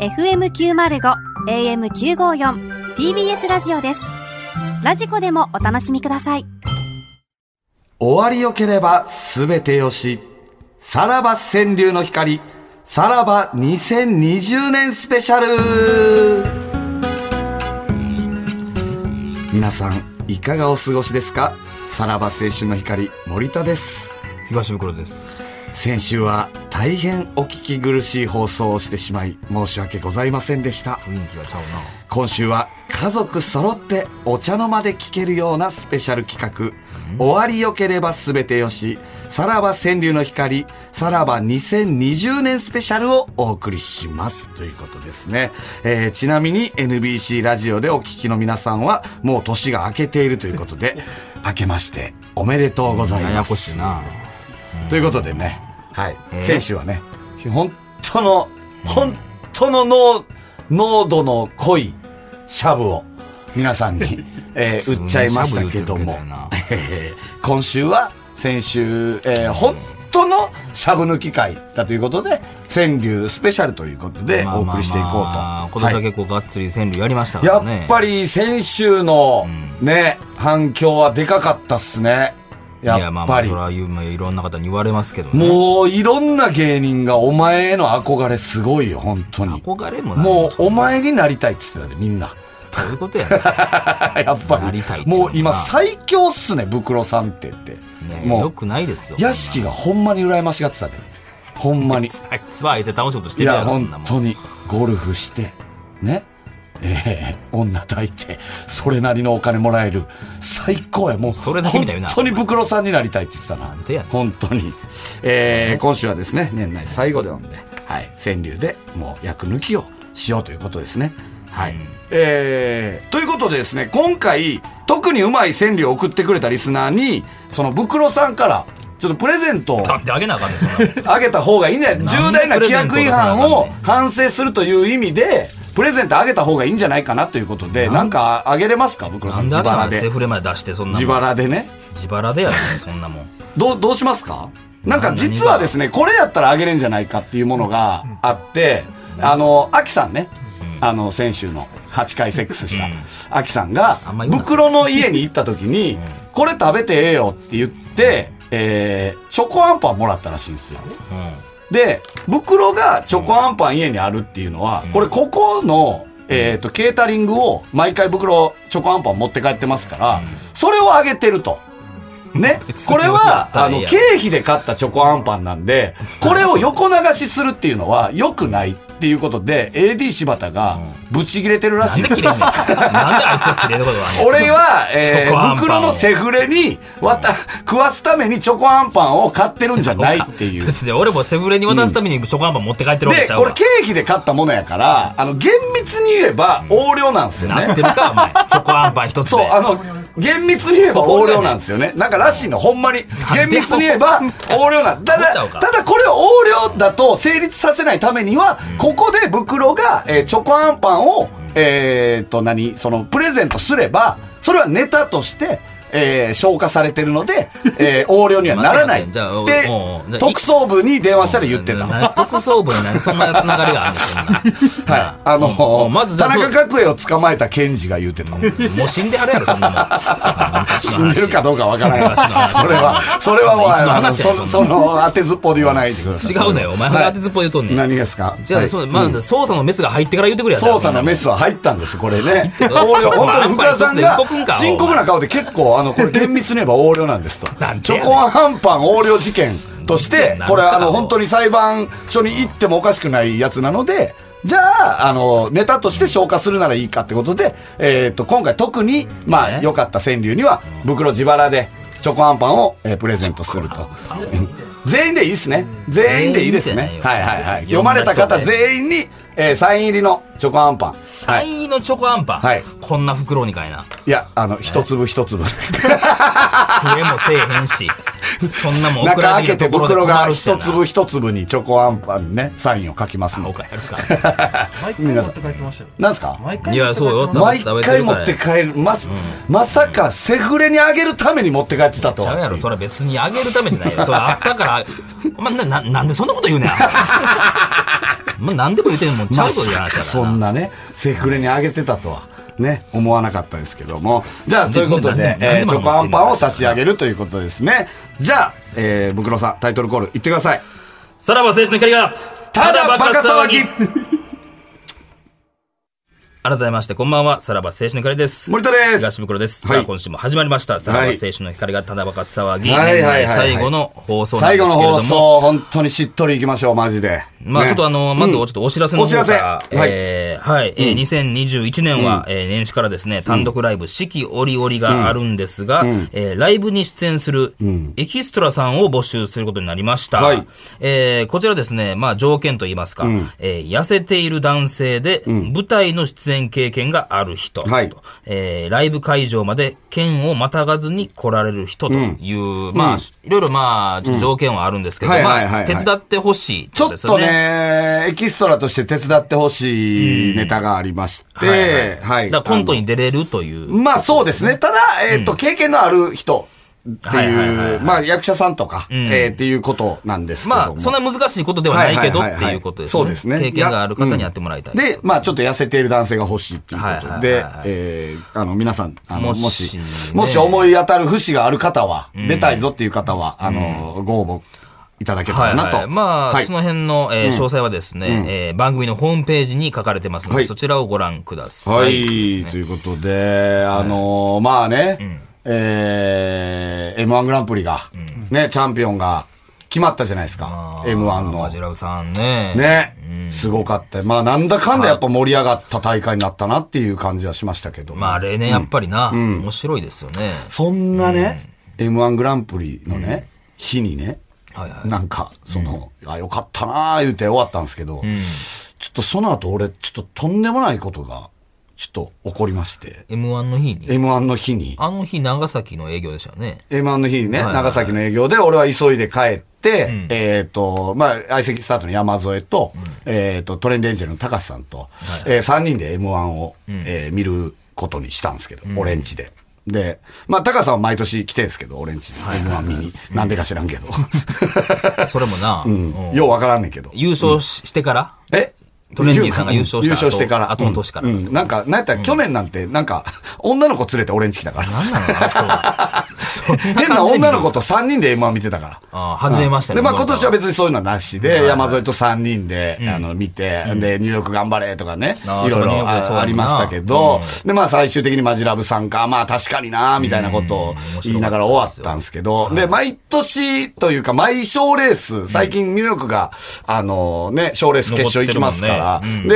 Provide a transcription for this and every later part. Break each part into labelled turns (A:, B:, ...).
A: FM905 AM954 TBS ラジオですラジコでもお楽しみください
B: 終わりよければすべてよし。さらば川柳の光、さらば2020年スペシャル皆さん、いかがお過ごしですかさらば青春の光、森田です。
C: 東袋です。
B: 先週は大変お聞き苦しい放送をしてしまい、申し訳ございませんでした。
C: 雰囲気がちゃう
B: 今週は家族揃ってお茶の間で聞けるようなスペシャル企画「終わりよければ全てよし」「さらば川柳の光」「さらば2020年スペシャル」をお送りしますということですね、えーちなみに NBC ラジオでお聞きの皆さんはもう年が明けているということで明けましておめでとうございま
C: な。
B: す
C: ややこしいな。
B: ということでね、はい、
C: えー
B: 選手はね、本当の、本当の濃濃度の濃いシャブを皆さん に、えー売っちゃいましたけども、えー今週は先週、えー本当のシャブ抜き会だということで、川柳スペシャルということでお送りしていこうと。
C: まあまあまあ今年は結構がっつり川柳やりましたか
B: や
C: らね。
B: っぱり先週のね、反響はでかかったっすね。やっぱり。
C: いや、まあまあ、それは言うまあいろんな方に言われますけどね。
B: もういろんな芸人がお前への憧れすごいよ、本当に。
C: 憧れもない
B: もうお
C: 前。
B: 前になりたいって言ってたで、みんな。
C: そういうことやね。
B: やっぱり。
C: なりたいっていうの
B: もう
C: は
B: 今最強っすね、ブクロさんって言って。
C: ね
B: も
C: よ
B: う、
C: くないですよ。
B: 屋敷がほんまに羨ましがってたで。ほんまに。
C: あいつは相手楽しいことし
B: い
C: てる
B: や、
C: やろ、そん
B: 本
C: なもん
B: 当に。ゴルフして、ね。ええ女抱いて、それなりのお金もらえる。最高や、もう。
C: それだけみたいな
B: 本当にブクロさんになりたいって言ってたな。
C: んてやねん
B: 本当に。えー、今週はですね、年内最後でなんで、はい。川柳でもう役抜きをしようということですね。はい。えー、ということでですね、今回、特にうまい川柳を送ってくれたリスナーに、そのブクロさんから、ちょっとプレゼントを。
C: なんであげなあかんねん、そんなもん。
B: あげた方がいいんじゃない重大な規約違反を反省するという意味で、プレゼントあげた方がいいんじゃないかなということで、なんかあげれますかブクロ
C: な
B: さん。
C: ん で
B: 自
C: あげなあか
B: 腹
C: んねんセ
B: で。
C: フレまで出して、そんなもん
B: 自。腹でね。
C: 自腹でやるねん、そんなもん。
B: どう、どうしますかなんか
C: な
B: 実はですね、これやったらあげれんじゃないかっていうものがあって、あの、アキさんね、あの、先週の8回セックスした
C: うん
B: アキさんが
C: あんま、言うな
B: 袋の家に行った時に、これ食べてええよって言って、えー、チョコアンパンもらったらしいんですよ。
C: うん。
B: で、袋がチョコアンパン家にあるっていうのは、これここの、えっ、と、ケータリングを毎回袋チョコアンパン持って帰ってますから、それをあげてると。ね。
C: 別に
B: これ
C: や
B: は、
C: ったら
B: あ
C: ええ
B: の、
C: やん
B: 経費で買ったチョコアンパンなん で、これを横流しするっていうのは良くないっていうことで、AD 柴田がブチ切れてるら
C: な
B: しい
C: ん
B: で
C: です切れんねん。なんであいつは切れることがあんねん
B: 俺は、え
C: チョコアンパン
B: ー、
C: を
B: 袋のセフレに、わた、食わすためにチョコアンパンを買ってるんじゃないっていう。
C: 別に俺もセフレに渡すためにチョコアンパン持って帰ってるわけ
B: で、
C: ちゃう
B: こ
C: わ
B: れ経費で買ったものやから、あの、厳密に言えば横領なんですよ
C: な
B: ね
C: っ。てる かお前チョコアンパン一つで
B: そう、あの、厳密に言えば横領なんですよね。なんからしいの、ほんまに。厳密に言えば横領なん。ただ、
C: ちゃう
B: た
C: か
B: だこれを横領だと成立させないためには、ここで袋が、えーチョコアンパンを、えーっと、何、その、プレゼントすれば、それはネタとして、えー消化されてるので、えー横領にはなら ない。
C: じゃあ
B: で
C: もうじゃ、あ
B: 特捜部に電話したら言ってた。
C: な特捜部に何そんなつながりがあるんですよ
B: はい。あの
C: もうまずじゃ
B: 田
C: あ
B: 中角栄を捕まえた検事が言うてた。
C: もう死んではるやろそんなも ん
B: 死んでるかどうかわからない
C: 昔の話
B: それは、それはもう、
C: いつの
B: あの、
C: 話や
B: そ その、当てずっぽうで言わないでください。
C: 違うのよお前
B: は
C: が
B: い
C: 当てずっぽう言うとんねん
B: 何がですか
C: じゃあ、そうまあ、捜査のメスが入ってから言ってくれや
B: 捜査のメ
C: ス
B: スは入ったんです、これね。
C: たよ
B: 俺、本当に福田さんが
C: チョコアンパン一つで一個くんか、
B: 深刻な顔で結構、あの、 これ厳密に言えば横領なんですと
C: なん。
B: チ
C: でや
B: ョ
C: ねん
B: コアンパン横領事件として
C: なんでやね、ん
B: これ、あ
C: なん
B: の、
C: か
B: 本当に裁判所に行ってもおかしくないやつなので、じゃあ、あの、ネタとして消化するならいいかってことで、えっと、今回特に、まあ、
C: ね
B: 良かった川柳には、袋自腹で、チョコアンパンを、えープレゼントすると。全員でいいですね。全員でいいです
C: 全員
B: ね
C: じ。ゃな
B: はいい
C: よ
B: はいはい。
C: い
B: 読
C: ろん
B: ま
C: な人
B: れ
C: ね
B: た方全員に、えーサイン入りのチョコアンパン。はい
C: 最のチョコアンパン、
B: はい
C: こんな袋にかいない
B: や、あの、一粒一粒。
C: 増えもせえへ んしそんなもん送
B: 中
C: ら
B: 開
C: れて
B: けて
C: きたところで
B: 袋
C: 困
B: が
C: るしや
B: 一
C: な
B: 粒一粒にチョコアンパンね、サインを書きます
C: お
B: の。
C: かやるか
D: 毎回持って帰ってましたよ。
B: なんすか
D: 毎回
C: いやそうよ
D: 持っ
B: 毎
D: て帰ってまし
C: 食べて
B: 回
C: る
B: 持
C: から
B: って帰る。まさ、まさかセフレにあげるために持って帰ってたと
C: ち
B: は。
C: ゃうやろ、それは別に あげるためじゃないよ。それあったから、お前な、ななんでそんなこと言うねん。 まあ、何でも言うてんもんちゃ
B: ま
C: うとじ
B: さ
C: ゃな
B: か
C: いから
B: そんなね、セフレにあげてたとは。ね、思わなかったですけども。じゃあ、ということで
C: 自分、で
B: えー
C: 何で
B: チ
C: も
B: ョコアンパンを差し上げるということですね。じゃあ、えー、ブクロさん、タイトルコール、言ってください。
C: さらば青春の光が
B: ただバカ騒ぎ
C: 改めましてこんばんはさらば青春の光です
B: 森田です
C: 東袋です、
B: はい
C: さあ今週も始まりましたさらば青春の光がただバカ騒ぎ、年内最後の放送なん
B: 最
C: です
B: 後
C: け
B: の
C: れど
B: 放
C: も
B: 送、本当にしっとりいきましょう、マジで。
C: まあ
B: ね
C: ちょっとあの、まずちょっとお知らせの方から、
B: お知らせはい
C: えーはい、えー2021年は、えー年始からですね、単独ライブ、四季折々があるんですが、えーライブに出演するエキストラさんを募集することになりました。
B: はい
C: えーこちらですね、まあ条件といいますか、えー痩せている男性で、舞台の出演経験がある人と、
B: はい
C: えーライブ会場まで県をまたがずに来られる人という、まあ、いろいろまあ、ちょっと条件はあるんですけど、
B: はいはいはい
C: ま
B: は
C: あ、
B: い
C: 手伝ってほしい
B: ち
C: こ
B: ょ
C: で
B: っ
C: すよ
B: とね、エキストラとして手伝ってほしいネタがありまして、
C: はい
B: はい。
C: だからコントに出れるという。
B: まあそうですね。ただ、えっ、と、経験のある人って
C: はいはいはい
B: い
C: は
B: う、まあ役者さんとか、えーっていうことなんですけども。
C: まあ、そんな難しいことではないけど
B: は
C: っ
B: いはい
C: て
B: はいはい
C: いうことですね。
B: そうですね
C: 経験がある方にやってもらいたい。
B: で、まあちょっと痩せている男性が欲しいっていうこと
C: は
B: で
C: いはいはいはい、
B: えーあの、皆さん、あの、も
C: も
B: し
C: し、
B: もし思い当たる節がある方は、出たいぞっていう方は、あの、ご応募いただけた
C: は
B: ら
C: い
B: な
C: はい、
B: と。
C: まあ、
B: はい
C: その辺の、えー詳細はですね、えー番組のホームページに書かれてますので、
B: はい
C: そちらをご覧ください。
B: はい、
C: ですね
B: ということで、あのーまあね、えー、M1 グランプリが、ね、チャンピオンが決まったじゃないですか
C: あ。ー
B: M1
C: マジ
B: の。
C: ラブさんね。
B: ね、すごかった。まあ、なんだかんだやっぱ盛り上がった大会になったなっていう感じはしましたけど。
C: まあ、例年やっぱりな、面白いですよね。
B: そんなね、M1 グランプリのね、日にね、
C: はいは
B: なんか、その、あ、よかったなー言うて終わったんですけど、ちょっとその後俺、ちょっととんでもないことが、ちょっと起こりまして、
C: M1 の日に。
B: M1 の日に、
C: あの日、長崎の営業でしたよね。
B: M1 の日にね、
C: はいはい
B: 長崎の営業で、俺は急いで帰って、えっ、と、まあ、相席スタートの山添と、えっ、と、トレンデンジェルの高橋さんと、え3人で M1 を、えー見ることにしたんですけど、俺んちで。で、まあ、高橋さんは毎年来てんですけど、俺んちに、M1 見に。なんでか知らんけど。
C: それもな、うん
B: ようわからんねんけど。
C: 優勝ししてから、
B: え
C: トレンディさんが優勝した後
B: 優勝してから。
C: 後の年から
B: うんうんなんか、なんやったら去年なんて、なんか、 女の子連れて俺んち来たから。
C: なんなのあの人は。 そん感じで見る
B: 変な女の子と3人で M1 見てたから。
C: あー初めましてね
B: で、まあ今年は別にそういうのはなしで、山添と3人で、あの、見て、で、ニューヨーク頑張れとかね、
C: あー
B: いろい
C: そうニューヨ
B: ろ
C: ークはそう
B: あ
C: や
B: ありましたけど、で、まあ最終的にマジラブさんか、まあ確かにな、みたいなことを言いながら終わったんですけど、で、毎年というか、毎賞レース、最近ニューヨークが、あのね、賞レース決勝行きますから
C: 残ってるもんね、うん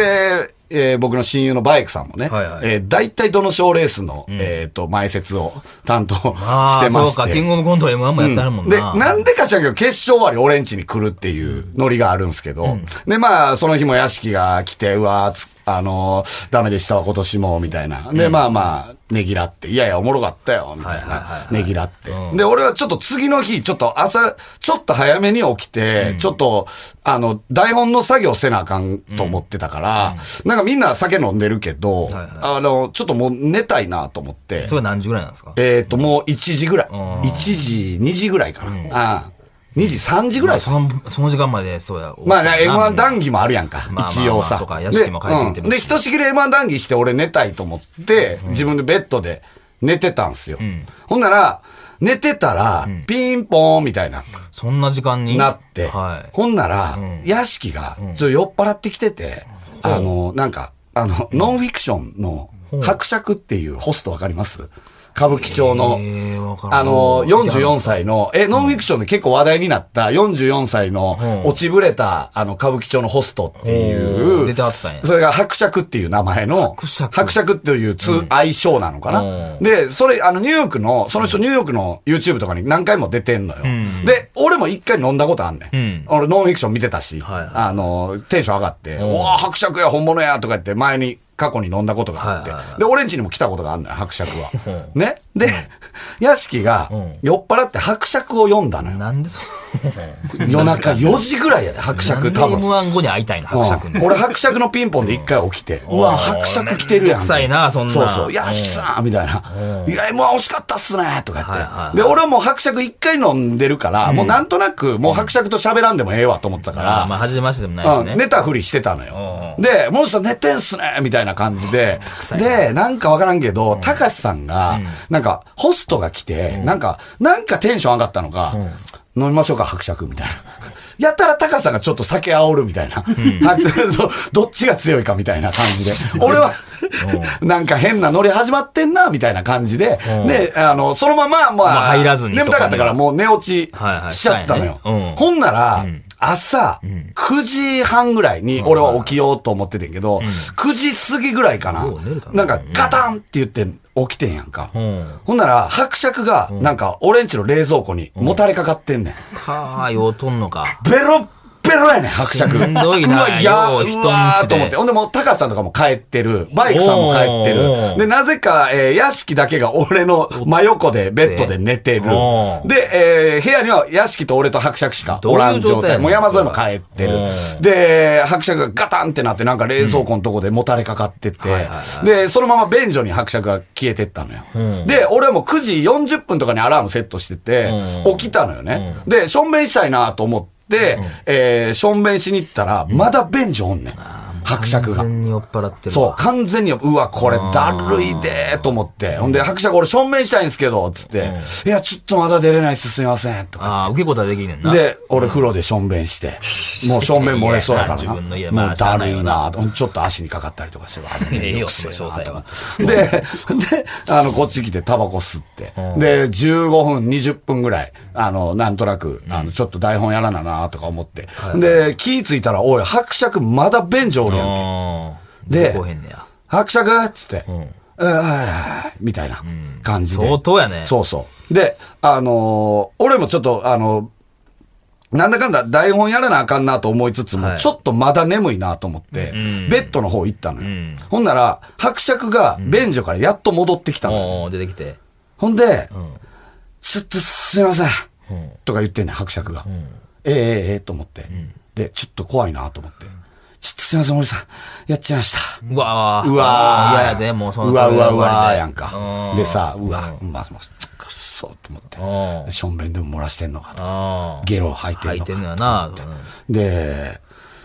B: で、えー僕の親友のバイクさんもね、
C: はいはい
B: えー大体どの賞レースの、えっ、と、前説を担当して
C: ああ、
B: まして。
C: そうか、キングオブコント M1 もやってあるもん
B: で、
C: な。
B: なんでか知らんけど、決勝終わり俺ん家に来るっていうノリがあるんですけど、で、まあ、その日も屋敷が来て、うわーつあのーダメでしたわ、今年も、みたいな。で、まあまあ、ねぎらって、いやいや、おもろかったよ、みたいな。ねぎらって。で、俺はちょっと次の日、ちょっと朝、ちょっと早めに起きて、ちょっと、あの、台本の作業せなあかんと思ってたから、なんかみんな酒飲んでるけど、あの、ちょっともう寝たいなと思って
C: そ、れ何時ぐらいなんですか
B: えっ、と、もう1時ぐらい。
C: ん
B: 1時、2時ぐらいかな。ああ2時、3時ぐらいです
C: その、その時間まで、そうや。
B: まあね、M1 談
C: 義。
B: 義もあるやんか
C: まあまあま。あ
B: 一応さ
C: そう。か
B: で
C: 屋敷も帰ってきて
B: う
C: るし
B: んで、ひとしきり M1 談義して俺寝たいと思って、自分でベッドで寝てたんすよ。ほんなら、寝てたら、ピンポーンみたいな、
C: そんな時間に。
B: なって。
C: はい。
B: ほんなら、屋敷が、ちょっと酔っ払ってきてて、あの、なんか、あの、ノンフィクションの、伯爵っていうホストわかります歌舞伎町の。
C: えー、わからん
B: あの、44。歳の、え、ノンフィクションで結構話題になった44歳の
C: うん
B: 落ちぶれた、あの、歌舞伎町のホストってい
C: お
B: う、
C: ー出てはったんや
B: それが伯爵っていう名前の、
C: 伯爵
B: っていう通、愛称なのかな
C: う。ん
B: で、それ、あの、ニューヨークの、その人ニューヨークの YouTube とかに何回も出てんのよ
C: ん。
B: で、俺も一回飲んだことあんね
C: うんん。
B: 俺ノンフィクション見てたし、
C: はいはい
B: あの、テンション上がって、
C: ん
B: うわー伯爵や、本物や、とか言って前に、過去に飲んだことがあって
C: はいはいは。い
B: で、俺んちにも来たことがあるのよ、伯爵は。ね。で、屋敷が
C: ん
B: 酔っ払って伯爵を読んだのよ。
C: なんでそ
B: 夜中4時ぐらいやで、伯爵多分。
C: M1 後に会いたいな、伯爵
B: うん
C: に。
B: 俺伯爵のピンポンで一回起きて、うわ、伯爵来てるやん。
C: めんどくさいなそんな
B: そうそう。いや、
C: うん
B: しきさんみたいな。いや、もう惜しかったっすねとか
C: はい
B: 言
C: はい
B: っ
C: は
B: て。で、
C: い
B: 俺はもう伯爵一回飲んでるから、もうなんとなく、もう伯爵と喋らんでもええわと思ってたか
C: あー
B: ら、
C: まあ、初めましてでもないし
B: うん、
C: ね。
B: 寝たふりしてたのよ。で、もうさん寝てんすねみたいな感じで
C: さ。いな
B: で、なんかわからんけど、たかしさんが、なんか、ホストが来て、なんか、なんかテンション上がったのか、飲みましょうか、伯爵、みたいな。 やったら、高さんがちょっと酒煽るみたいな。伯爵と どっちが強いかみたいな感じ で。俺は、なんか変なノリ始まってんな、みたいな感じで。
C: うん
B: で、あの、そのまま、ま
C: ま
B: あ
C: あ、入らずに
B: 眠たかったから、
C: そ
B: もう寝落ち
C: はいはい
B: しちゃったのよ。
C: したんやねうん
B: ほんなら、朝、9時半ぐらいに、俺は起きようと思っててんけど、9時過ぎぐらいかな
C: よう寝れた。
B: な
C: な
B: んか、ガタンって言って起きてんやんか。
C: うん。
B: ほんなら、伯爵が、なんか、俺んちの冷蔵庫にもたれかかってんねん。
C: かあ、ようとんのか。
B: ベロッベロやねん、伯爵。
C: しんどいな
B: うわ、や
C: よう
B: う
C: 人んちで
B: わーと思って。ほんでもう、高瀬さんとかも帰ってる。バイクさんも帰って
C: おー
B: る。で、なぜか、えー、屋敷だけが俺の真横で、ベッドで寝てる
C: お。ー
B: で、えー、部屋には屋敷と俺と伯爵しかおらん状態。
C: どういう状態
B: もう山添も帰ってる
C: お。ー
B: で、伯爵がガタンってなって、なんか冷蔵庫のとこでもたれかかってて
C: はいはいは、
B: で、そのまま便所に伯爵が消えてったのよ。で、俺はもう9時40分とかにアラームセットしてて
C: う、ん
B: 起きたのよね。で、しょんべんしたいなと思って、えー、しょんべんしに行ったら、まだ便所おんねん。伯爵が
C: 完。全に酔っ払ってる。
B: そう、。完全に、うわ、これだるいでーと思って。ほんで、伯爵俺しょんべんしたいんですけど、つって、いや、ちょっとまだ出れないっす、すいません、とか。
C: ああ、受け答えできんねんな。
B: で、俺風呂でしょんべんして、もうしょんべん漏れそうやから
C: いやいや自分の家
B: な。
C: まあ
B: もうだるい
C: しゃ
B: なちょっと足にかかったりとかしてわ
C: ええよ、その詳細は。
B: で、で、あの、こっち来てタバコ吸って、で、15分、20分ぐらい、あの、なんとなく、あの、ちょっと台本やらななとか思って、で、気ぃついたら、おい、伯爵まだ便所おるやんけ。
C: うん。
B: で
C: 出てこうへんねや。
B: 伯爵っつって、うん、はいはいはい、みたいな感じで。
C: 相当やね。
B: そうそう。で、あのー俺もちょっと、あのーなんだかんだ台本やらなあかんなと思いつつも、
C: はい
B: ちょっとまだ眠いなと思って、
C: ん
B: ベッドの方行ったのよ。
C: ん
B: ほんなら、伯爵が便所からやっと戻ってきたのよ。
C: おうおう出てきて。
B: ほんで、
C: ん
B: ちょっとすいません、
C: うん
B: とか言ってんねん伯爵が。ええええええと思って、で、ちょっと怖いなと思って。ちょっとすいません、森さん。やっちゃいました。
C: うわー
B: うわー
C: 嫌やで、もうその
B: うわうわう
C: 終わ
B: わ
C: りで
B: やんか
C: う。ん
B: でさ、うわ、まずもう、くっそと思っ
C: う
B: て。
C: ん
B: しょんべんでも漏らしてんのかと。
C: あー
B: ゲロ吐いてん
C: 吐い
B: の
C: てんの
B: か。
C: やな。
B: で、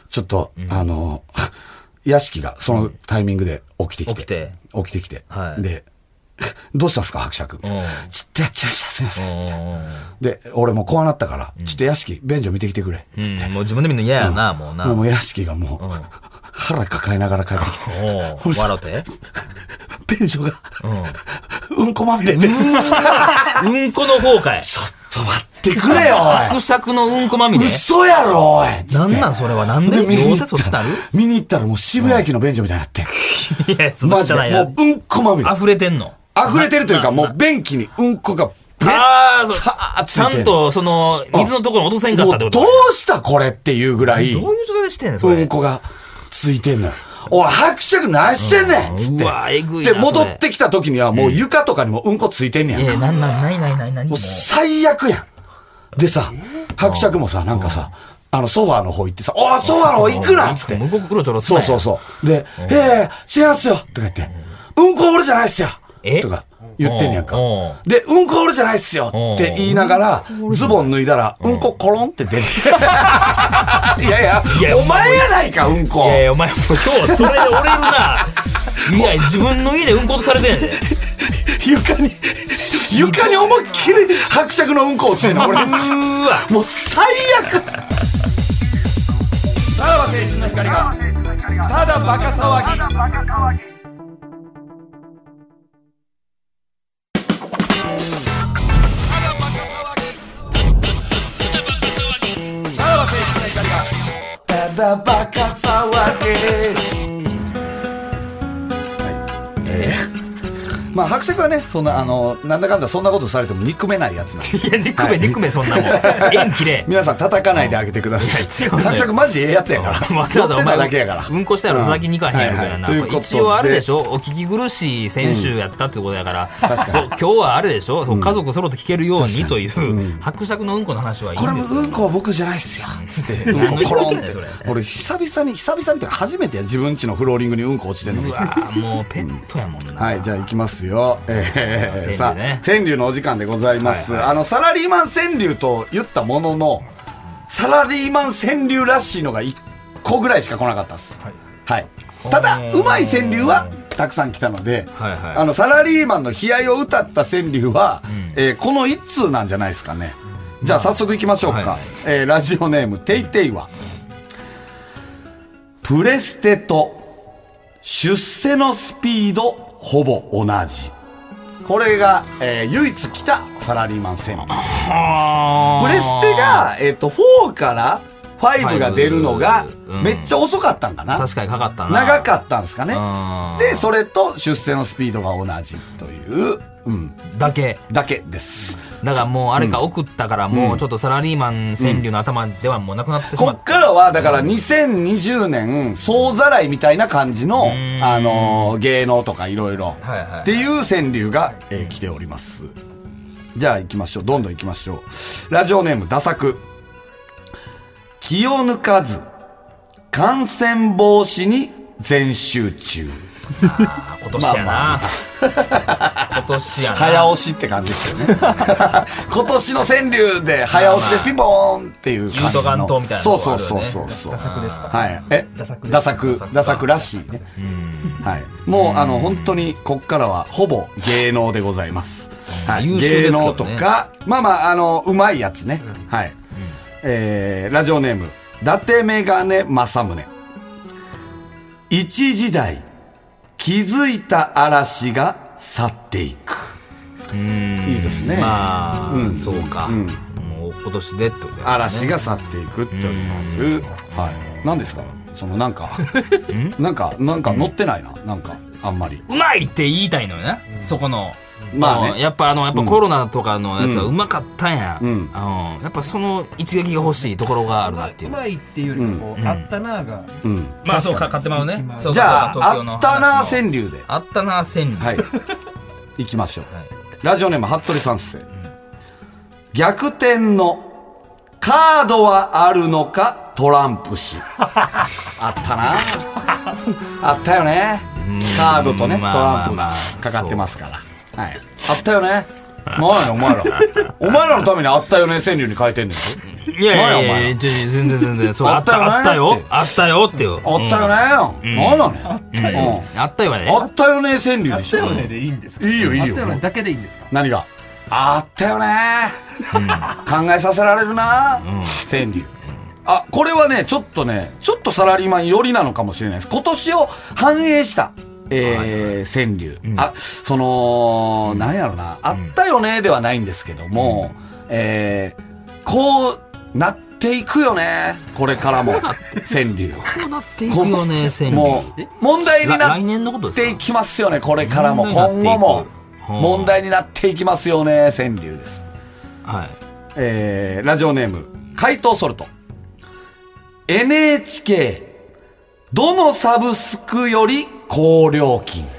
B: ちょっと、あの、 屋敷がそのタイミングで起きてきて。
C: 起きて。
B: 起きてきて
C: はい
B: で、 どうしたんすか、伯爵。ちょっとやっちゃいました、すいません。
C: う
B: で、俺もう怖なったから、ちょっと屋敷、便所見てきてくれ。
C: んうん。もう自分で見るの嫌やな、もうな。
B: もう屋敷がもう、腹抱えながら帰ってきて。
C: おう笑うて。
B: 便所が、うんこまみれで
C: うんこの方かい。
B: ちょっと待ってくれよ、お
C: 伯爵のうんこまみ
B: い。
C: れ。
B: 嘘やろ、おい。
C: なんなんそれはなんでどう
B: 見に行
C: せ
B: っ
C: そっちな
B: た
C: る
B: ら、見に行ったらもう渋谷駅の便所み たいになって。
C: いや、そ
B: マ
C: っち
B: ジ
C: じゃない
B: で、
C: や
B: もううんこまみれ。
C: 溢れてんの。
B: 溢れてるというか、もう便器にうんこがブレッ
C: ああ、そう。
B: ターつ
C: ちゃ
B: いて
C: ん
B: る。
C: と、その、水のところに落とせんかったって
B: も
C: こ
B: うど
C: と
B: うしたこれっていうぐらい、
C: どういう状態でしてんねん、そうれ。
B: んこがついてんのよ。おい、伯爵何してんねんつっ
C: うわ、
B: て。
C: えぐいな。
B: で、戻っ
C: それ。
B: てきた時にはもう床とかにもうんこついてんねやん
C: い
B: か
C: や、なんなん、ないないないない。も
B: もう
C: う
B: 最悪やん。でさ、伯爵もさ、なんかさ、あの、ソファーの方行ってさ、おいソファーの方行くなっつって。
C: 向こう黒ちょろす
B: そ
C: な
B: う
C: や
B: そうそう。で、ええ、違うんすよとか言って、うんこ俺じゃないっすよ
C: え
B: とか言ってんねやんか
C: うんうん。
B: で、うんこ俺じゃないっすよって言いながら、ズボン脱いだら、うんこコロンって 出て。いやい
C: い
B: や、
C: や
B: お前やないか、うんこ
C: い。やいや、お前もう今日それで折れるな。いや、自分の家でうんことされてんねん。
B: 床に、床に思いっきり伯爵のうんこ落ちてんの、俺。
C: うーわ。
B: もう最悪さらば青春の光がただバカ騒ぎただバカ騒ぎはいえーままあ伯爵はねそんなあのなんだかんだそんなことされても憎めないやつなんで
C: いや、憎め、憎め、そんなもん。縁切れ。
B: 皆さん叩かないであげてくだ さい、
C: うん違うんだよ
B: 伯爵マジええやつや から
C: わざわざ
B: 乗ってた
C: お前
B: だけやから
C: うんこしたら叩きに行かへんやろからな、
B: うんはいはい
C: これ一応あれでしょお聞き苦しい先週やったってことやから、
B: 確かに
C: こ今日はあれでしょ、そう家族揃って聞けるようにという、伯爵のうんこの話はいい
B: これ
C: ん
B: も
C: ですよ
B: うんこは僕じゃないっすよつってうんこコロンっ
C: 何言っ
B: て
C: てんだよそれ
B: 俺久々に久々にってか初めてや自分家のフローリングにうんこ落ちてんの
C: うわーもうペットやもんな、
B: はい、じゃあ行きます よ。えー
C: 川柳ね
B: さあ、川柳のお時間でございます。あの、サラリーマン川柳と言ったものの、サラリーマン川柳らしいのが1個ぐらいしか来なかったです。はい。ただ、
C: おー
B: うまい川柳はたくさん来たので、
C: はいはい
B: あの、サラリーマンの悲哀を歌った川柳は、えーこの1通なんじゃないですかね。じゃあ早速行きましょうか。
C: はい
B: えーラジオネーム、ていていは、プレステと、出世のスピードほぼ同じこれが、えー唯一来たサラリーマン戦プ
C: あー
B: レステが、えっと4から5が出るのが
C: うん
B: めっちゃ遅かったんかな、
C: 確かにかかったな
B: 長かったんですかね
C: うん
B: でそれと出世のスピードが同じという、うん、
C: だけ
B: だけです
C: だからもうあれか、送ったからもうちょっとサラリーマン川柳の頭ではもうなくなってしま
B: こ
C: っ
B: っからはだから2020年総ざらいみたいな感じの、
C: ん
B: あのー芸能とかいろいろ
C: はいはい
B: っていう川柳が、えー来ておりますじゃあ行きましょうどんどん行きましょうラジオネームダサク気を抜かず感染防止に全集中
C: た今年やな、今年やな
B: 早押しって感じです よね今年の川柳で早押しでピンポーンっていう感じの
C: まあまあ牛と関東みたいな
B: そ
C: と
B: う
C: こ
B: そ
C: あ
B: う
C: るよね
B: そうそうそう
D: ダサくですか
B: はい。え
D: ダサく
B: ダサく、ダサくらしいね。はい。もう、あの、本当に、こっからは、ほぼ芸能でございます。はい。
C: 優秀
B: 芸
C: ですから
B: 能
C: ね
B: とか、まあまあ、あの、うまいやつね。はい。えーラジオネーム、伊達メガネ正宗。一時代、気づいた嵐が去っていく。いいですね。
C: まあ、そうか、もう今年でってことだよね
B: 嵐が去っていくっていう、はい何ですかそのなんかなんかなんか乗ってないななんかあんまり
C: うまいって言いたいのよね、そこの。
B: まあね
C: うんやっぱあのやっぱコロナとかのやつはうまかったんや、
B: ん
C: うんやっぱその一撃が欲しいところがあるなっていう
D: うまいっていうよりも、あったなーが、
B: うん
C: まあそうか買ってまうねそうそう
B: じゃあ
C: 東京
B: あ
C: の
B: ったな
C: 話も
B: 川柳で
C: あったな川柳、
B: はい行きましょう
C: はい
B: ラジオネーム服部三世逆転のカードはあるのかトランプ氏あったなあったよねカードとねト
C: まあま
B: ラ
C: あ
B: ンプが
C: まあ
B: かかってますからはいあったよね何やお前らお前らのためにあったよね川柳に変えてんねん
C: いやいやい
B: お前
C: や
B: ら
C: いや全然全然そう
B: あ
C: あ
B: っ
C: った
B: よ
C: た
B: ね
C: あった
B: って
C: よあったよってよ
B: あったよね何なのあったよ
C: うんあったよね
B: あったよね川柳
D: あ
B: で
D: っ
B: したょ
D: よねでいいんですか
B: いいよいいよ
D: あったよねだけでいいんですか
B: 何があったよね、考えさせられるな、川柳あこれはねちょっとねちょっとサラリーマン寄りなのかもしれないです今年を反映したえー川柳、あその、なんやろなあったよねではないんですけども、えーこうなっていくよねこれから も川柳
C: このね川柳
B: もう問題に
C: 来
B: なっ
C: 来年のことで
B: って
C: す
B: い
C: か
B: きますよねこれからも
C: 問
B: 今
C: 題
B: 後
C: になっていく
B: も
C: はあ
B: 問題になっていきますよね川柳です
C: はい
B: えーラジオネーム怪盗ソルト NHK どのサブスクより高料金こ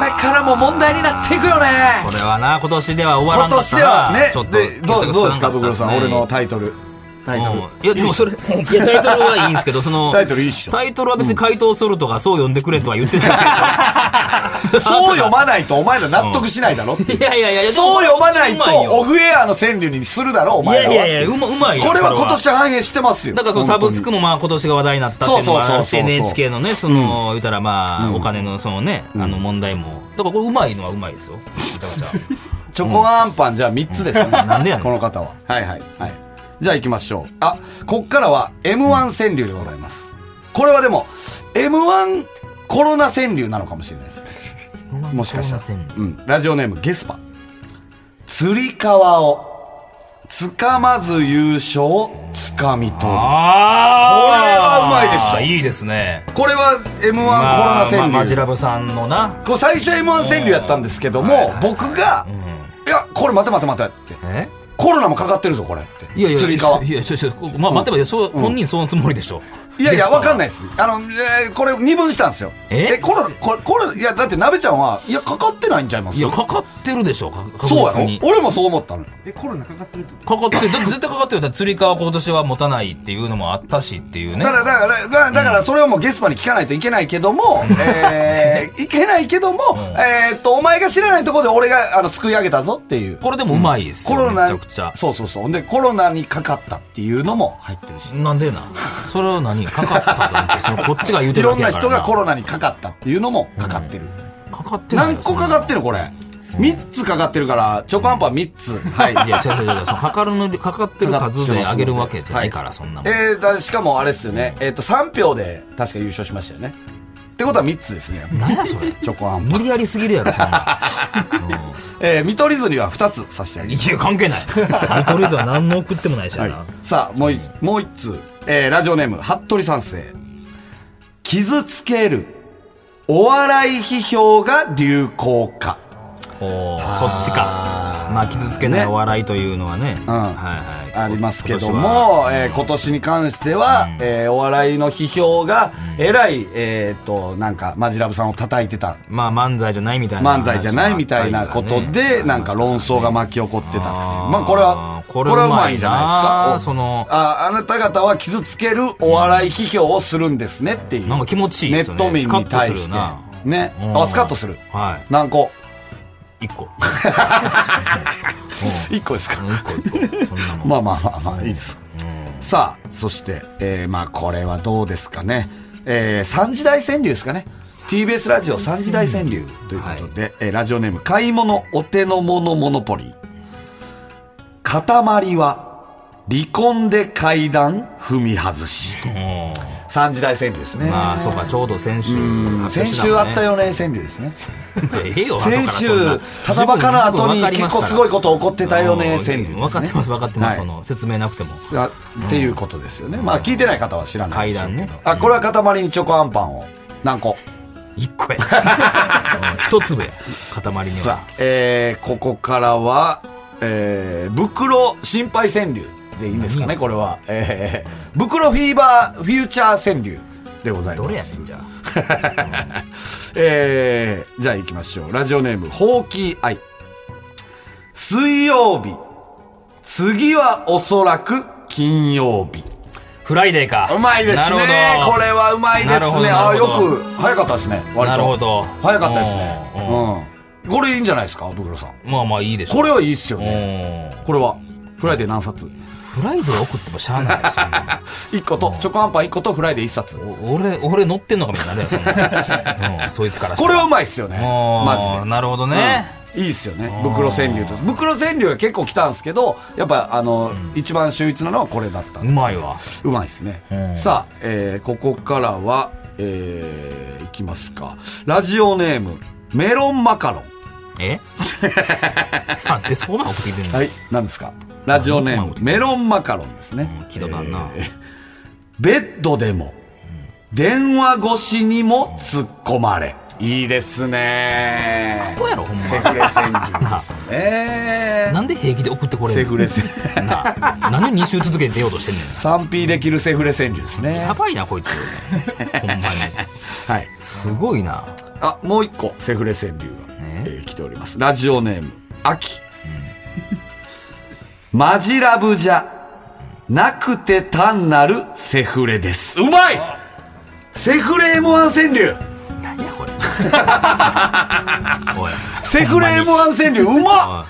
B: れからも問題になっていくよね
C: これはな今年では終
B: 今
C: わらんかっ
B: 年
C: た
B: で
C: な
B: はね
C: ちょっと
B: でどう
C: 決着
B: どうですか
C: つか
B: ブク
C: なか
B: ロ
C: った
B: さん俺の
C: ですね
B: タイトルタイトル
C: うんいやでもそれいやタイトルはいいんですけどその
B: タイトルいいっしょ
C: タイトルは別に回答するとかそう呼んでくれとは言ってないわけでしょ
B: そう読まないとお前ら納得しないだろっていう
C: いやいやいや
B: そう読まない
C: でもうま
B: とオフエアの川柳にするだろお
C: いや
B: 前らはい
C: やいやうまうまいよ
B: これは今年反映してますよ
C: だからそのサブスク
B: も
C: もまあ今年が話題になったっていうのもあるし
B: そうそうそうそう
C: NHK のねその言うたらまあお金のそのねあの問題もだからこれうまいのはうまいですよめちゃくちゃ
B: チョコアンパンじゃあ3つですね、
C: なんでやねん
B: この方ははいはいはいじゃあ行きましょうあこっからは m 1川柳でございます、これはでも m 1コロナ川柳なのかもしれないです もしかしたら、うん、ラジオネームゲスパ釣り革をつかまず優勝、つかみ取る。
C: あ
B: これはうまいでしょ
C: いいですね。
B: これは M1 コロ
C: ま
B: ナ
C: あまあマ
B: 川
C: ジ
B: 柳。
C: ラブさんのな。
B: こう最初 M1 川柳やったんですけども、僕が、いや、これ待て待て待てって。
C: え
B: コロナもかかってるぞ、これって。
C: いやいや、
B: つり革
C: いや、ちょ、ちょ、まあ、待てば、いやそう、本人そのつもりでしょ。
B: いやいや、わかん
C: な
B: な
C: い。
B: いです。あの、えーこれ二分したんですよ。
C: え
B: コロナ、これ、コロナ、いや、だって鍋ちゃんは、いや、かかってないんちゃいます
C: いや、かかってるでしょ、か確
B: そう
C: 実
B: や
C: に。
B: ろ俺もそう思ったのよ。
D: えコロナかかってるってこと
C: かかってる。だって絶対かかってる。だって釣り革今年は持たないっていうのもあったしっていうね
B: だ。から、だから、だからだからそれはもうゲスパに聞かないといけないけども、え ー、いけないけども、えーっと、お前が知らないところで俺が、あの、救い上げたぞっていう。
C: これでもうまいです
B: コ
C: よ、
B: ロナ
C: めちゃくちゃ。
B: そうそうそう。ほんで、コロナにかかったっていうのも入ってるし。
C: なんでな。それは何かかっただって、そのこっちが言う
B: い
C: てる
B: ろ
C: わ
B: ん
C: け
B: な
C: やから
B: 人がコロナにかかったっていうのもかかってる。
C: かかってないよ
B: 何個かかってるこれ。3つかかってるから、チョコアンパン3つ。 はい。
C: いや、違う違う違う。そのかかるの、かかってる数で上げるわけじゃないから、
B: はい
C: そんなもん。
B: えー、だしかもあれっすよね。えーっと、3票で確か優勝しましたよね。ってことは3つですね。
C: 何やそれ。
B: チョコアンパン。
C: 無理やりすぎるやろ、そんな。
B: えー、見取り図には2つ差し上げ
C: いや、関係ない。見取り図は何も送ってもないしやな。
B: さあ、もうい、もう一通。えーラジオネーム、服部三世。傷つける。お笑い批評が流行化。
C: おーそっちか。まあ、傷つけない
B: ね
C: お笑いというのはね。
B: ん
C: はいはい。
B: ありますけど
C: 今年は。
B: も、えー今年に関しては、えーお笑いの批評が、えらい、えーっと、なんか、マジラブさんを叩いてた。
C: まあ、漫才じゃないみたいな。
B: 漫才じゃないみたいなことで、なんか論争が巻き起こってたっていう。
C: あー
B: まあこれは、
C: これうまいな
B: こんじゃないですか。お
C: その
B: あ、あなた方は傷つけるお笑い批評をするんですねっていう。
C: なんか気持ちいい
B: ネ
C: です
B: ッ
C: よ
B: ト
C: ね
B: 民に対し
C: ス
B: て
C: カッとする。
B: ね。
C: うん
B: あ、スカッとする。
C: はい。
B: 何個
C: 一個。
B: 一個ですか。
C: 一個一個。そんなもん。
B: まあまあまあまあ、いいです。さあ、そして、えーまあこれはどうですかね。えー三時代川柳ですかね。TBS ラジオ三時代川柳ということで、えーラジオネーム、買い物お手の物モノポリー。塊は、離婚で階段踏み外 し。
C: うん
B: 三時代川柳ですね。
C: まあ、そうか、ちょうど先週。
B: 先週あったよね、川柳ですね。
C: ええよ。
B: 先週
C: 後から、
B: ただ
C: そんな
B: ばから後に
C: 自分自分分かり
B: 結
C: ますか
B: 構
C: ら
B: すごいこと起こってたよね、川柳ですね。
C: 分かってます、分かってます。
B: は
C: そ
B: い
C: の、説明なくても。
B: あっていうことですよね。まあ、聞いてない方は知らないでしょうけど。
C: 階段ね
B: あ、これは塊にチョコアンパンを何個。
C: 一個や。うん一粒や。塊には
B: さ。あ、えー、ここからは、えー、袋心配川柳でいいんですかね、これは。えー、袋フィーバーフューチャー川柳でございます。
C: どれやねん、じゃあ。
B: えー、じゃあ行きましょう。ラジオネーム、ほうきあい。水曜日。次はおそらく金曜日。
C: フライデーか。
B: うまいですね
C: なる。ほど
B: これはうまいで
C: なる
B: す
C: ほど
B: ね。あ
C: な
B: あ、
C: る
B: よ
C: ほど
B: く、早かったですね。割と。
C: なるほど
B: 早かったですね。
C: う
B: うん。これいいんじゃないですか、ブクロさん。
C: まあまあいいでしょう。
B: これはいいっすよ
C: う
B: ね。
C: ん
B: これは。フライデー何冊
C: フライデー送ってもしゃあないよそんな
B: ?1 個と、チョコアンパン1個とフライデー1冊。
C: お俺、俺乗ってんのかみたいになるよそん な、うんそいつからした
B: これ
C: ら
B: はうまいっすよね。マ
C: う
B: ジ
C: ん
B: で。
C: なるほどね。
B: いいっすよね。袋川柳と。袋川柳が結構来たんですけど、やっぱあの、一番秀逸なのはこれだったんで
C: うまいわ。
B: うまいですね、さあ、えーここからは、えーいきますかラジオネームメロンマカロン
C: えあ、で、そこまで送ってきてんの
B: はい何ですかラジオネームメロンマカロンですね、
C: うん聞いたことあるな
B: ーベッドでも電話越しにも突っ込まれいいですね
C: こうやろ、ほんま。
B: セフレ宣言ですね
C: なんで平気で送ってこれんの
B: セフレ宣
C: なあなんで2週続けて出ようとしてんねん
B: 3P できるセフレ川柳ですね
C: やばいな、こいつ。ほんまに。
B: はい
C: すごいな。
B: あもう一個セフレ川柳が、
C: ね
B: えー来ておりますラジオネーム秋、マジラブじゃなくて単なるセフレですうまいセフレ M1 川柳
C: 何やこれ。 おい。
B: セフレ M1
C: ほ
B: 川柳う
C: んまにお
B: ま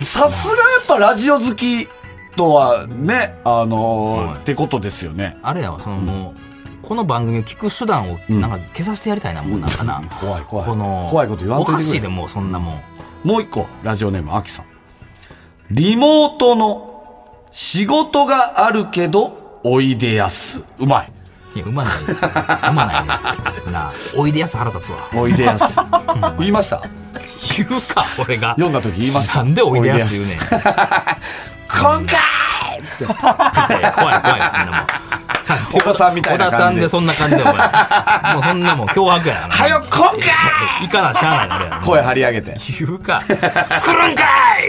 C: い
B: っさすがやっぱラジオ好きとはねあのー
C: はい
B: ってことですよね
C: あれやわ、そのもう、この番組を聞く手段をなんか消させてやりたいな、もうなんかな。
B: 怖い怖い
C: この、
B: 怖いこと言わん
C: お
B: といてくれ
C: かしいでもうそんなもん。
B: もう一個、ラジオネーム、アキさん。リモートの仕事があるけど、おいでやす。うまい。
C: いや、うまない。うまないね。なあ、おいでやす腹立つわ。
B: おいでや す。言いました
C: 言うか、俺が。
B: 読んだ時言いました。
C: なんでおいでやす言うねん。
B: おいでや今回って
C: 怖い怖い怖いみんなもう
B: 小田さんみたいな
C: 小田さ
B: 感
C: ん
B: じ
C: で
B: で
C: そんな感じで お前もうそんなもう脅迫やな
B: 「はよ今回!
C: 行かなしゃあないなあれや」
B: 声張り上げて
C: 言うか「来るんかい!」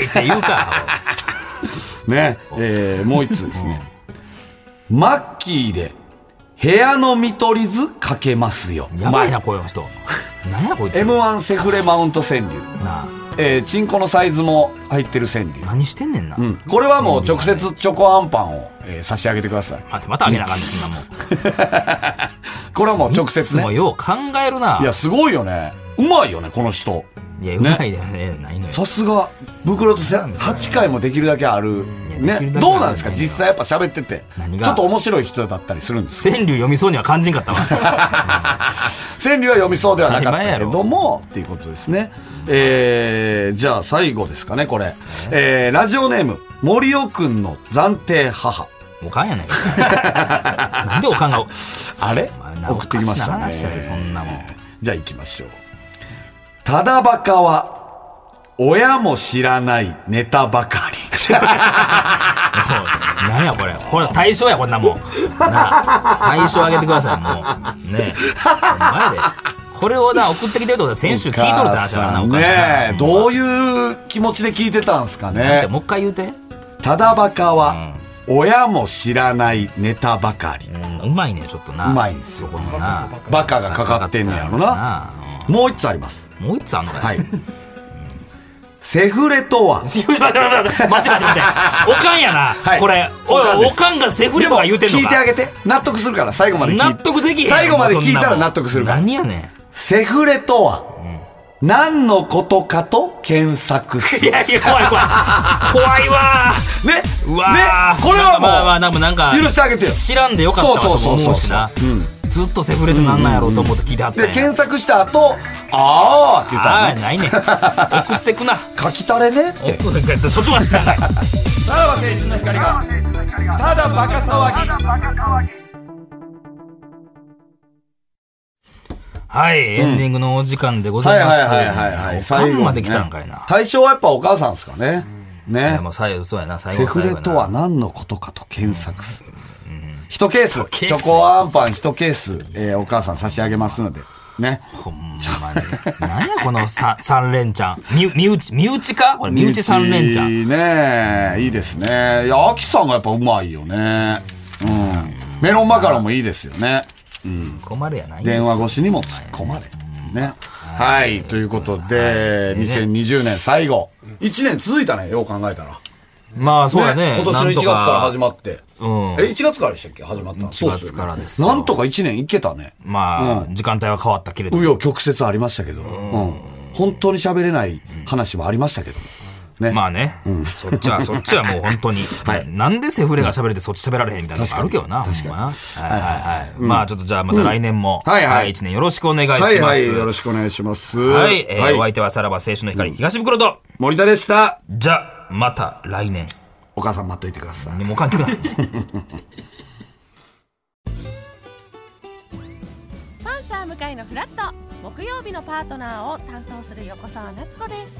C: って言うか
B: ねえーもう一つですね「マッキーで部屋の見取り図かけますよ」
C: やばいなこの人何やこいつ
B: m 1セフレマウント川柳
C: なあ
B: えーチンコのサイズも入ってる川柳
C: 何してんねんな、
B: うんこれはもう直接チョコアンパンを、えー差し上げてください
C: あまたあげなあかんねんそんなもう
B: これはもう直接
C: いつも
B: ね
C: よう考えるない
B: やすごいよねうまいよねこの人
C: いやうまいでねないのよ
B: さすが袋とせ8回もできるだけある
C: いやで
B: ね
C: きるだけある
B: どうなんですか実際やっぱ喋ってて
C: 何が
B: ちょっと面白い人だったりするんです
C: 川柳読みそうには感じんかったわ
B: 川柳は読みそうではなかっ
C: 当たり前
B: た
C: や
B: け
C: ろ
B: どもっていうことですねえー、じゃあ最後ですかねこれえー、ラジオネーム森尾くんの暫定母
C: おかんやない かなんでおかんが
B: あれ
C: まあな
B: 送ってきました
C: おかしな話やで
B: ね
C: そんなもん
B: じゃあ行きましょうただバカは親も知らないネタばかり
C: なんやこれこれ対象やこんなもんなあ対象あげてくださいもうねえお前でこれをな送ってきてるってことは先週聞いとるって話だからなお
B: お
C: かん
B: 母さんねえど
C: う
B: ういう気持ちで聞いてたんですかね
C: もう一回言うて、
B: ただバカは親も知らないネタばかり
C: うん、うまいねちょっとな
B: うまいんですよ
C: そこもな
B: バカがかかってんねやろな
C: うん
B: もう一つあります
C: もう一つあんのかよ
B: はいセフレとは
C: ちょ 待って待って待って待って待っておかんやな、
B: い
C: これお
B: おかんで
C: お
B: す
C: かんがセフレとか言うてんの
B: でも聞いてあ
C: か
B: げて納得するから最後まで聞い
C: 納得できへん
B: 最後まで
C: もうそ
B: 聞い
C: んなもん
B: たら納得するから
C: 何やね
B: セフレとは、何のことかと検索す
C: んい
B: る。ね
C: やいや怖い怖い怖いわーうわー
B: ねこれはもう、
C: まあまあなんかなんか
B: 許してあげてよ
C: 知らんでよかったわと
B: そうそうそうそう
C: 思うしなずっとセフレってなんなんやろうと思って聞いてはったん
B: で、
C: や
B: 検索した後、あーって言った
C: あ
B: ら
C: あ
B: ね、
C: ない ねん送ってくな
B: 書きたれねって。
C: 送ってくれってそっちは知らない
B: さらば青春の光が、ただバカ騒ぎ。
C: はいエンディングのお時間でござ
B: はい
C: いま
B: は
C: す
B: いはいはいはい。
C: おかんまで来
B: 最後にね
C: たんかいな
B: 対象はやっぱお母さんですかね。
C: い
B: ね
C: や。もう最後そうやな最後
B: セ
C: の最
B: フレ
C: 後やな
B: とは何のことかと検索する。一ケース、
C: ケース
B: チョコアンパン一ケース、えーお母さん差し上げますので。ね。
C: ほんまに。なんやこのさ三連チャン。み身内、身内かこれ身内三連チャン。
B: いいねいいですね。いや、アキさんがやっぱうまいよね。うん。メロンマカロンもいいですよね。
C: 困るやないんですよ
B: 電話越しにも突っ込まれ。ね。はい。ということで、2020年最後。1年続いたね、よう考えたら。
C: まあそうやね。
B: 今年の1月から始まって。
C: うん
B: え、1月からでしたっけ始まったの。
C: 1月からです
B: そうよねなんとか1年いけたね。
C: まあ、時間帯は変わったけれど
B: 紆
C: も。
B: 余曲折ありましたけど。うん。本当に喋れない話もありましたけど。ね。
C: まあね、そっちは、そっちはもう本当に、ねなんでセフレが喋れてそっち喋られへんみたいなのがあるけどな、確かに。はいはいはい。まあちょっとじゃあまた来年も、
B: うんはいはい
C: 一年よろしくお願いします。
B: はいはい。よろしくお願いします。
C: はいえーお相手はさらば青春の光、東袋と、
B: 森田でした。
C: じゃ、また来年。
B: お母さん待っといてください。
C: もう関係ない。
E: パンサー向井のフラット木曜日のパートナーを担当する横澤夏子です